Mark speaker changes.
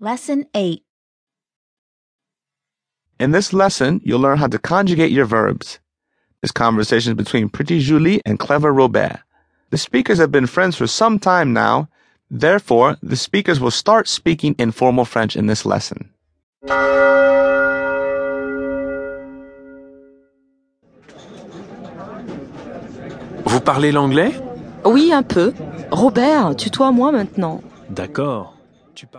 Speaker 1: Lesson 8
Speaker 2: In this lesson, you'll learn how to conjugate your verbs. This conversation is between Pretty Julie and Clever Robert. The speakers have been friends for some time now. Therefore, the speakers will start speaking informal French in this lesson.
Speaker 3: Vous parlez l'anglais
Speaker 4: Oui, un peu. Robert, tutoie-moi maintenant.
Speaker 3: D'accord.